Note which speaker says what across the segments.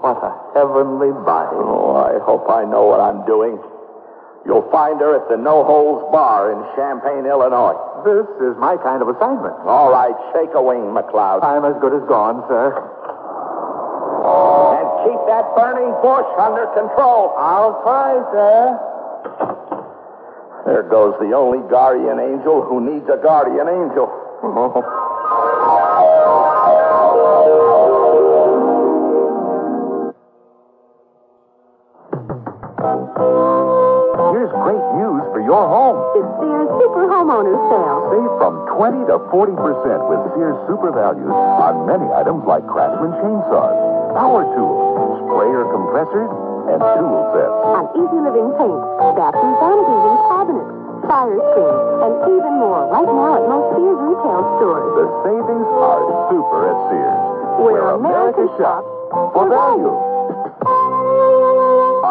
Speaker 1: What a heavenly body.
Speaker 2: Oh, I hope I know what I'm doing. You'll find her at the No Holes Bar in Champaign, Illinois.
Speaker 1: This is my kind of assignment.
Speaker 2: All right, shake a wing, McLeod.
Speaker 1: I'm as good as gone, sir.
Speaker 2: And keep that burning bush under control.
Speaker 1: I'll try, sir.
Speaker 2: There goes the only guardian angel who needs a guardian angel.
Speaker 1: Here's great news for your home.
Speaker 3: It's Sears Super Homeowner Sale.
Speaker 1: Save from 20 to 40% with Sears Super Values on many items like Craftsman chainsaws, power tools, sprayer compressors, and tool sets.
Speaker 3: On easy living paint, bath and vanities and cabinets, fire screen, and even more right now at most Sears retail stores.
Speaker 1: The savings are super at Sears.
Speaker 3: Where America shops
Speaker 1: for
Speaker 3: for value.
Speaker 1: value.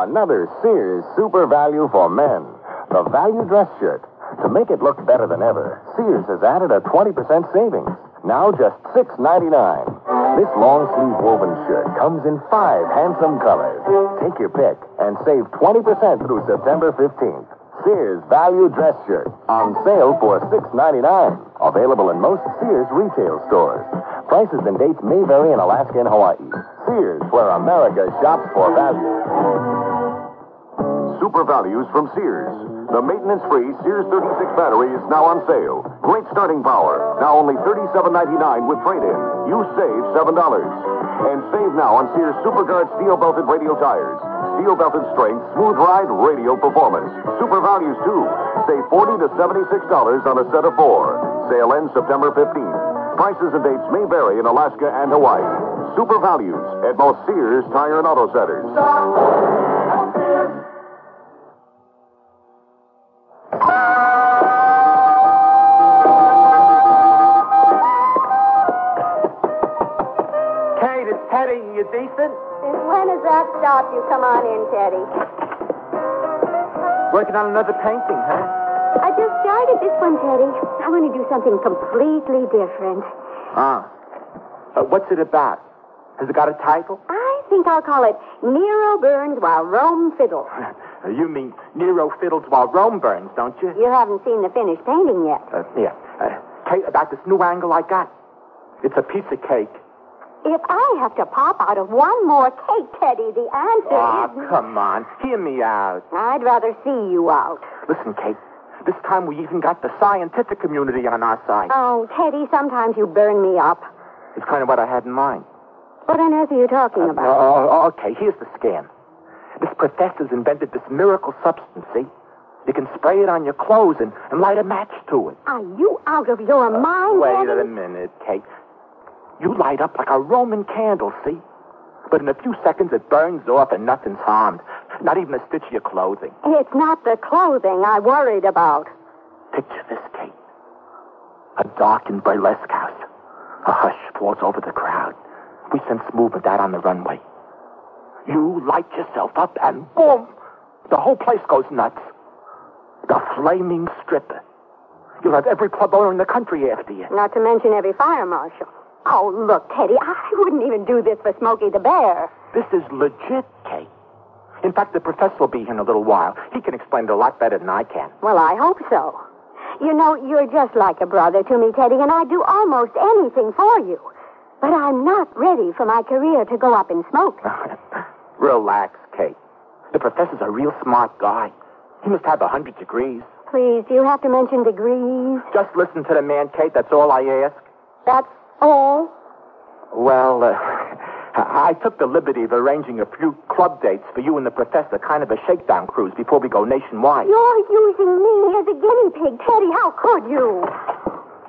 Speaker 1: Another Sears Super Value for Men. The Value Dress Shirt. To make it look better than ever, Sears has added a 20% savings. Now just $6.99. This long sleeve woven shirt comes in five handsome colors. Take your pick and save 20% through September 15th. Sears Value Dress Shirt on sale for $6.99. Available in most Sears retail stores. Prices and dates may vary in Alaska and Hawaii. Sears, where America shops for value.
Speaker 4: Super values from Sears. The maintenance-free Sears 36 battery is now on sale. Great starting power. Now only $37.99 with trade-in. You save $7. And save now on Sears SuperGuard steel-belted radial tires. Steel-belted strength, smooth ride, radial performance. Super values, too. Save $40 to $76 on a set of four. Sale ends September 15th. Prices and dates may vary in Alaska and Hawaii. Super values at most Sears Tire and Auto Centers.
Speaker 5: Kate, it's Teddy. You decent?
Speaker 3: Since when has that stopped you? Come on in, Teddy.
Speaker 5: Working on another painting, huh?
Speaker 3: I just started this one, Teddy. I want to do something completely different.
Speaker 5: Ah. Uh, what's it about? Has it got a title?
Speaker 3: I think I'll call it Nero Burns While Rome Fiddles.
Speaker 5: you mean Nero fiddles while Rome burns, don't you?
Speaker 3: You haven't seen the finished painting yet.
Speaker 5: Uh, yeah. Uh, Kate, about this new angle I got. It's a piece of cake.
Speaker 3: If I have to pop out of one more cake, Teddy, the answer
Speaker 5: Ah,
Speaker 3: is.
Speaker 5: come on. Hear me out.
Speaker 3: I'd rather see you out.
Speaker 5: Listen, Kate. This time we even got the scientific community on our side.
Speaker 3: Oh, Teddy, sometimes you burn me up.
Speaker 5: It's kind of what I had in mind.
Speaker 3: What on earth are you talking about?
Speaker 5: Oh, oh, okay, here's the scam. This professor's invented this miracle substance, see? You can spray it on your clothes and, and light a match to it. Uh,
Speaker 3: Are you out of your mind,
Speaker 5: Wait a
Speaker 3: Teddy?
Speaker 5: minute, Kate. You light up like a Roman candle, see? But in a few seconds, it burns off and nothing's harmed. Not even a stitch of your clothing.
Speaker 3: It's not the clothing I worried about.
Speaker 5: Picture this, Kate. A dark and burlesque house. A hush falls over the crowd. We sense movement out on the runway. You light yourself up and boom! The whole place goes nuts. The flaming stripper. You'll have every club owner in the country after you.
Speaker 3: Not to mention every fire marshal. Oh, look, Teddy, I wouldn't even do this for Smokey the Bear.
Speaker 5: This is legit, Kate. In fact, the professor will be here in a little while. He can explain it a lot better than I can.
Speaker 3: Well, I hope so. You know, you're just like a brother to me, Teddy, and I'd do almost anything for you. But I'm not ready for my career to go up in smoke.
Speaker 5: Relax, Kate. The professor's a real smart guy. He must have a hundred degrees.
Speaker 3: Please, do you have to mention degrees?
Speaker 5: Just listen to the man, Kate. That's all I ask.
Speaker 3: That's all.
Speaker 5: Well, uh, I took the liberty of arranging a few club dates for you and the professor, kind of a shakedown cruise before we go nationwide.
Speaker 3: You're using me as a guinea pig, Teddy. How could you?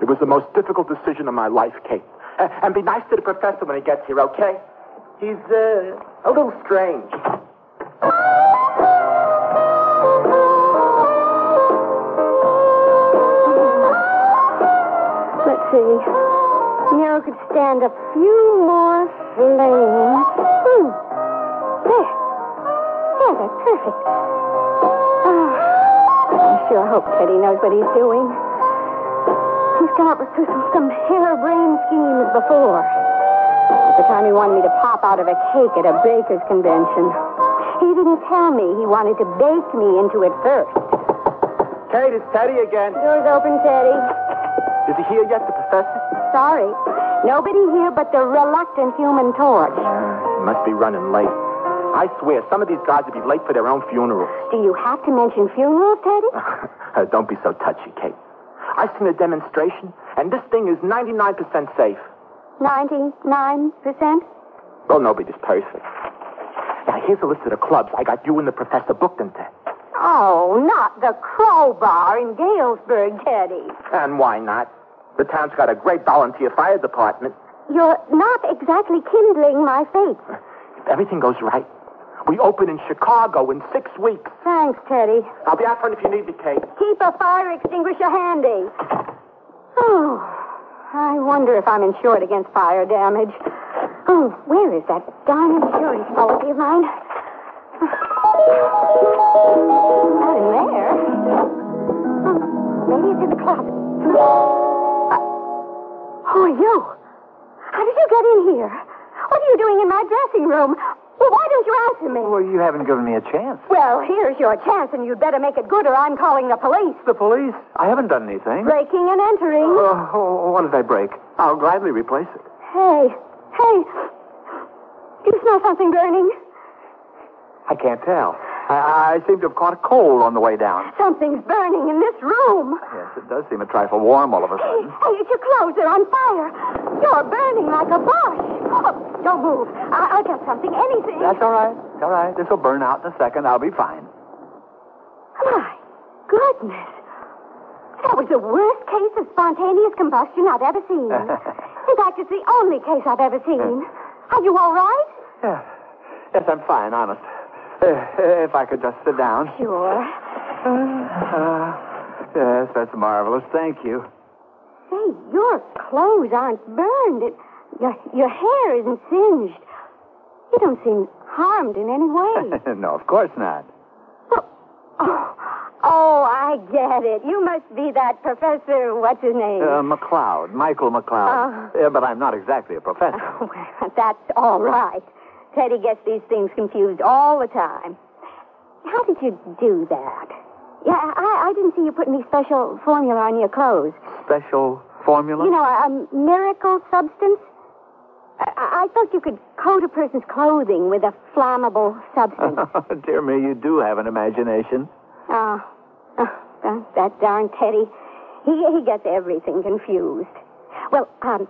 Speaker 5: It was the most difficult decision of my life, Kate. Uh, and be nice to the professor when he gets here, okay? He's uh, a little strange.
Speaker 3: Let's see. Nero could stand a few more flames. Hmm. There. There, that's perfect. Oh, I sure hope Teddy knows what he's doing. He's come up with some, some harebrained schemes before. But The time he wanted me to pop out of a cake at a baker's convention. He didn't tell me he wanted to bake me into it first.
Speaker 5: Kate, it's Teddy again.
Speaker 3: Doors open, Teddy.
Speaker 5: Is he here yet, the professor?
Speaker 3: Sorry. Nobody here but the reluctant human torch.
Speaker 5: Uh, Must be running late. I swear, some of these guys would be late for their own funerals.
Speaker 3: Do you have to mention funerals, Teddy?
Speaker 5: Uh, don't be so touchy, Kate. I've seen a demonstration, and this thing is 99% safe.
Speaker 3: 99%?
Speaker 5: Well, nobody's perfect. Now, here's a list of the clubs I got you and the professor booked into.
Speaker 3: Oh, not the crowbar in Galesburg, Teddy.
Speaker 5: And why not? The town's got a great volunteer fire department.
Speaker 3: You're not exactly kindling my faith.
Speaker 5: If everything goes right, we open in Chicago in six weeks.
Speaker 3: Thanks, Teddy.
Speaker 5: I'll be out front if you need me, Kate.
Speaker 3: Keep a fire extinguisher handy. Oh, I wonder if I'm insured against fire damage. Oh, where is that darn insurance policy of mine? Not in there. Oh, maybe it's in the closet. Uh, who are you? How did you get in here? What are you doing in my dressing room? Well, why don't you answer me?
Speaker 6: Well, you haven't given me a chance.
Speaker 3: Well, here's your chance, and you'd better make it good, or I'm calling the police.
Speaker 6: The police? I haven't done anything.
Speaker 3: Breaking and entering.
Speaker 6: Oh, oh, what did I break? I'll gladly replace it.
Speaker 3: Hey, hey. Do you smell something burning?
Speaker 6: I can't tell. I, I seem to have caught a cold on the way down.
Speaker 3: Something's burning in this room.
Speaker 6: Yes, it does seem a trifle warm all of a
Speaker 3: Hey,
Speaker 6: sudden.
Speaker 3: hey, it's your clothes. They're on fire. You're burning like a bush. Oh, don't move. I- I'll get something, anything.
Speaker 6: That's all right. It's all right. This will burn out in a second. I'll be fine.
Speaker 3: My goodness. That was the worst case of spontaneous combustion I've ever seen. In fact, it's the only case I've ever seen. Are you all right?
Speaker 6: Yeah. Yes, I'm fine, honest. Eh, If I could just sit down.
Speaker 3: Sure.
Speaker 6: Uh, yes, that's marvelous. Thank you.
Speaker 3: Say, your clothes aren't burned. It, your, your hair isn't singed. You don't seem harmed in any way.
Speaker 6: no, of course not.
Speaker 3: Oh, oh, I get it. You must be that professor. What's his name?
Speaker 5: Um,
Speaker 6: Uh, McLeod, Michael
Speaker 3: Uh-huh.
Speaker 6: McLeod. Yeah, but I'm not exactly a professor.
Speaker 3: Oh, well, that's all right. Teddy gets these things confused all the time. How did you do that? Yeah, I, I didn't see you put any special formula on your clothes.
Speaker 6: Special formula?
Speaker 3: You know, a, a miracle substance. I, I thought you could coat a person's clothing with a flammable substance.
Speaker 6: Dear me, you do have an imagination.
Speaker 3: Oh, oh that, that darn Teddy. He, he gets everything confused. Well, um,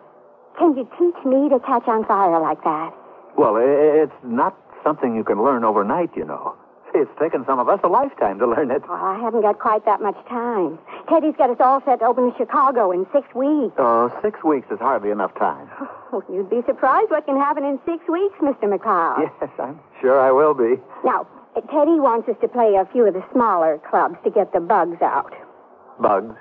Speaker 3: can you teach me to catch on fire like that?
Speaker 6: Well, i- i- it's not something you can learn overnight, you know. It's taken some of us a lifetime to learn it.
Speaker 3: Well, I haven't got quite that much time. Teddy's got us all set to open in Chicago in six weeks.
Speaker 6: Oh, six weeks is hardly enough time.
Speaker 3: Oh, you'd be surprised what can happen in six weeks, Mr. McCloud.
Speaker 6: Yes, I'm sure I will be.
Speaker 3: Now, Teddy wants us to play a few of the smaller clubs to get the bugs out.
Speaker 6: Bugs,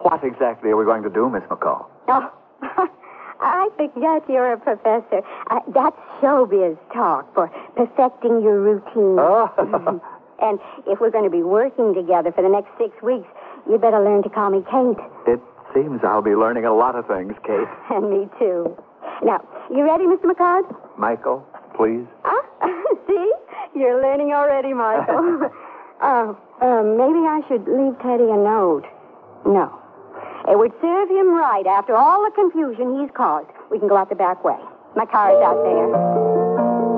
Speaker 6: what exactly are we going to do, Miss McCall?
Speaker 3: Oh, I forget you're a professor. Uh, that's showbiz talk for perfecting your routine.
Speaker 6: Oh,
Speaker 3: And if we're going to be working together for the next six weeks, you better learn to call me Kate.
Speaker 6: it seems I'll be learning a lot of things, Kate.
Speaker 3: And me too. Now, you ready, Mr. McCloud?
Speaker 6: Michael, please.
Speaker 3: Huh? See? You're learning already, Michael. Oh, uh, maybe I should leave Teddy a note. No. It would serve him right after all the confusion he's caused. We can go out the back way. My car's out there.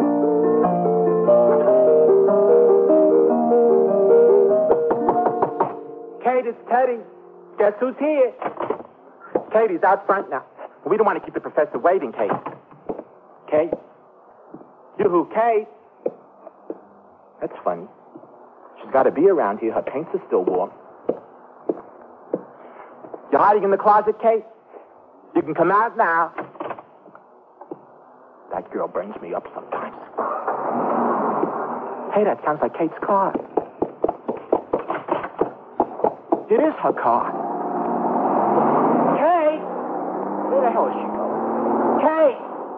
Speaker 5: Kate, it's Teddy. Guess who's here? Katie's out front now. We don't want to keep the professor waiting, Kate. Kate? You who, Kate? That's funny. She's got to be around here. Her paints are still warm. You're hiding in the closet, Kate? You can come out now. That girl brings me up sometimes. Hey, that sounds like Kate's car. It is her car. Kate! Where the hell is she?